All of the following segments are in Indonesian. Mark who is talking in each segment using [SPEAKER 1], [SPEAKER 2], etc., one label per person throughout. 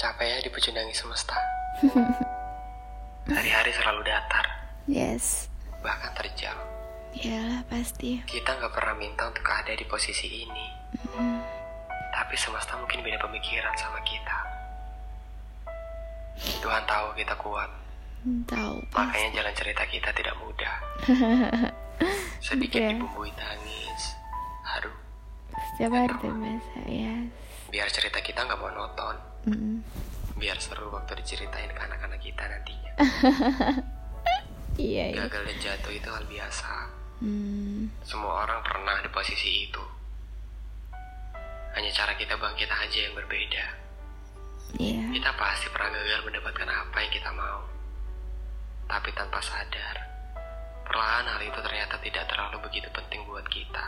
[SPEAKER 1] saya dipecundangi ya semesta. Hari-hari selalu datar,
[SPEAKER 2] Yes.
[SPEAKER 1] bahkan terjal.
[SPEAKER 2] Iyalah pasti.
[SPEAKER 1] Kita nggak pernah minta untuk ada di posisi ini. Tapi semesta mungkin beda pemikiran sama kita. Tuhan tahu kita kuat,
[SPEAKER 2] Hmm, Tahu pasti.
[SPEAKER 1] makanya jalan cerita kita tidak mudah. Sedikit
[SPEAKER 2] Iya.
[SPEAKER 1] dibumbui tangis, haru,
[SPEAKER 2] Setiap hari tuh biasa. Yes.
[SPEAKER 1] biar cerita kita nggak monoton,
[SPEAKER 2] Mm.
[SPEAKER 1] biar seru waktu diceritain ke anak-anak kita nantinya.
[SPEAKER 2] Iya. iya.
[SPEAKER 1] Gagal dan jatuh itu hal biasa.
[SPEAKER 2] Hmm.
[SPEAKER 1] Semua orang pernah di posisi itu. Hanya cara kita bangkit aja yang berbeda.
[SPEAKER 2] Iya.
[SPEAKER 1] Kita pasti pernah gagal mendapatkan apa yang kita mau. Tapi tanpa sadar, perlahan hal itu ternyata tidak terlalu begitu penting buat kita.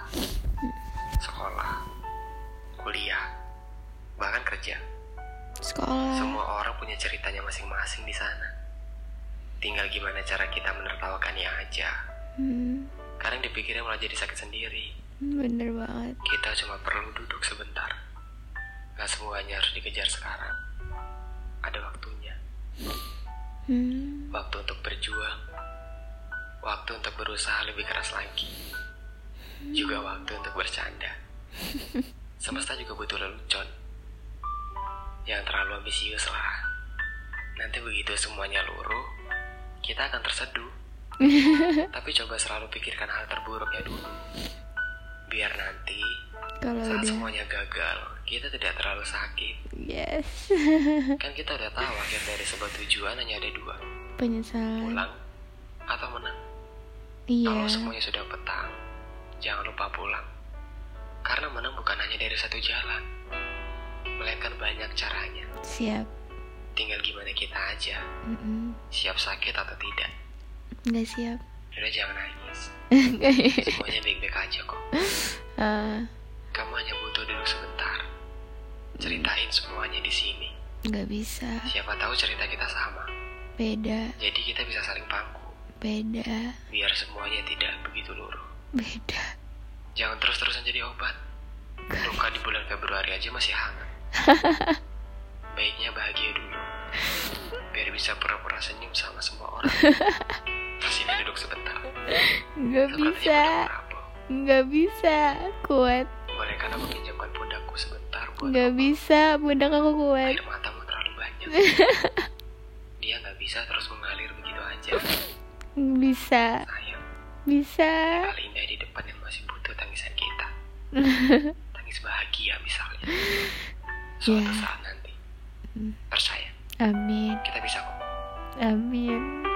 [SPEAKER 1] Sekolah, kuliah, bahkan kerja.
[SPEAKER 2] Sekolah.
[SPEAKER 1] Semua orang punya ceritanya masing-masing di sana. Tinggal gimana cara kita menertawakannya aja.
[SPEAKER 2] Hmm.
[SPEAKER 1] Kadang dipikirnya malah jadi sakit sendiri.
[SPEAKER 2] Bener banget.
[SPEAKER 1] Kita cuma perlu duduk sebentar. Gak semuanya harus dikejar sekarang. Ada waktunya.
[SPEAKER 2] Hmm.
[SPEAKER 1] Waktu untuk berjuang. Waktu untuk berusaha lebih keras lagi. Juga waktu untuk bercanda. Semesta juga butuh lelucon. Yang terlalu ambisius lah. Nanti begitu semuanya luruh, kita akan terseduh. Tapi coba selalu pikirkan hal terburuknya dulu. Biar nanti
[SPEAKER 2] Kalau
[SPEAKER 1] saat
[SPEAKER 2] udah.
[SPEAKER 1] semuanya gagal, kita tidak terlalu sakit.
[SPEAKER 2] Yes.
[SPEAKER 1] Kan kita udah tahu akhir dari sebuah tujuan hanya ada dua,
[SPEAKER 2] Penyesalan.
[SPEAKER 1] pulang atau menang. Kalau
[SPEAKER 2] Iya.
[SPEAKER 1] semuanya sudah petang, jangan lupa pulang. Karena menang bukan hanya dari satu jalan, melainkan banyak caranya.
[SPEAKER 2] Siap.
[SPEAKER 1] Tinggal gimana kita aja,
[SPEAKER 2] Mm-mm.
[SPEAKER 1] siap sakit atau tidak.
[SPEAKER 2] Nggak siap.
[SPEAKER 1] Udah jangan nangis, semuanya baik-baik aja kok.
[SPEAKER 2] Ah,
[SPEAKER 1] Kamu hanya butuh duduk sebentar, ceritain semuanya di sini.
[SPEAKER 2] Nggak bisa.
[SPEAKER 1] Siapa tahu cerita kita sama,
[SPEAKER 2] Beda.
[SPEAKER 1] jadi kita bisa saling pangku.
[SPEAKER 2] Beda.
[SPEAKER 1] biar semuanya tidak begitu luruh.
[SPEAKER 2] Beda.
[SPEAKER 1] Jangan terus-terusan jadi obat. Luka di bulan Februari aja masih hangat. Baiknya bahagia dulu. Biar bisa pura-pura senyum sama semua orang. Sini duduk sebentar.
[SPEAKER 2] Nggak bisa.
[SPEAKER 1] Sepertinya benar Prabu.
[SPEAKER 2] Nggak bisa. Kuat.
[SPEAKER 1] Bolehkah kan aku pinjamkan pundakku sebentar buat
[SPEAKER 2] Nggak bisa. Pundak aku kuat.
[SPEAKER 1] air matamu terlalu banyak. Dia nggak bisa terus mengalir begitu aja.
[SPEAKER 2] Bisa.
[SPEAKER 1] Sayang,
[SPEAKER 2] Bisa.
[SPEAKER 1] kali indah di depan yang masih butuh tangisan kita. Tangis bahagia misalnya. Suatu
[SPEAKER 2] Ya.
[SPEAKER 1] saat nanti.
[SPEAKER 2] Hmm.
[SPEAKER 1] Percaya,
[SPEAKER 2] Amin.
[SPEAKER 1] kita bisa kok.
[SPEAKER 2] Amin.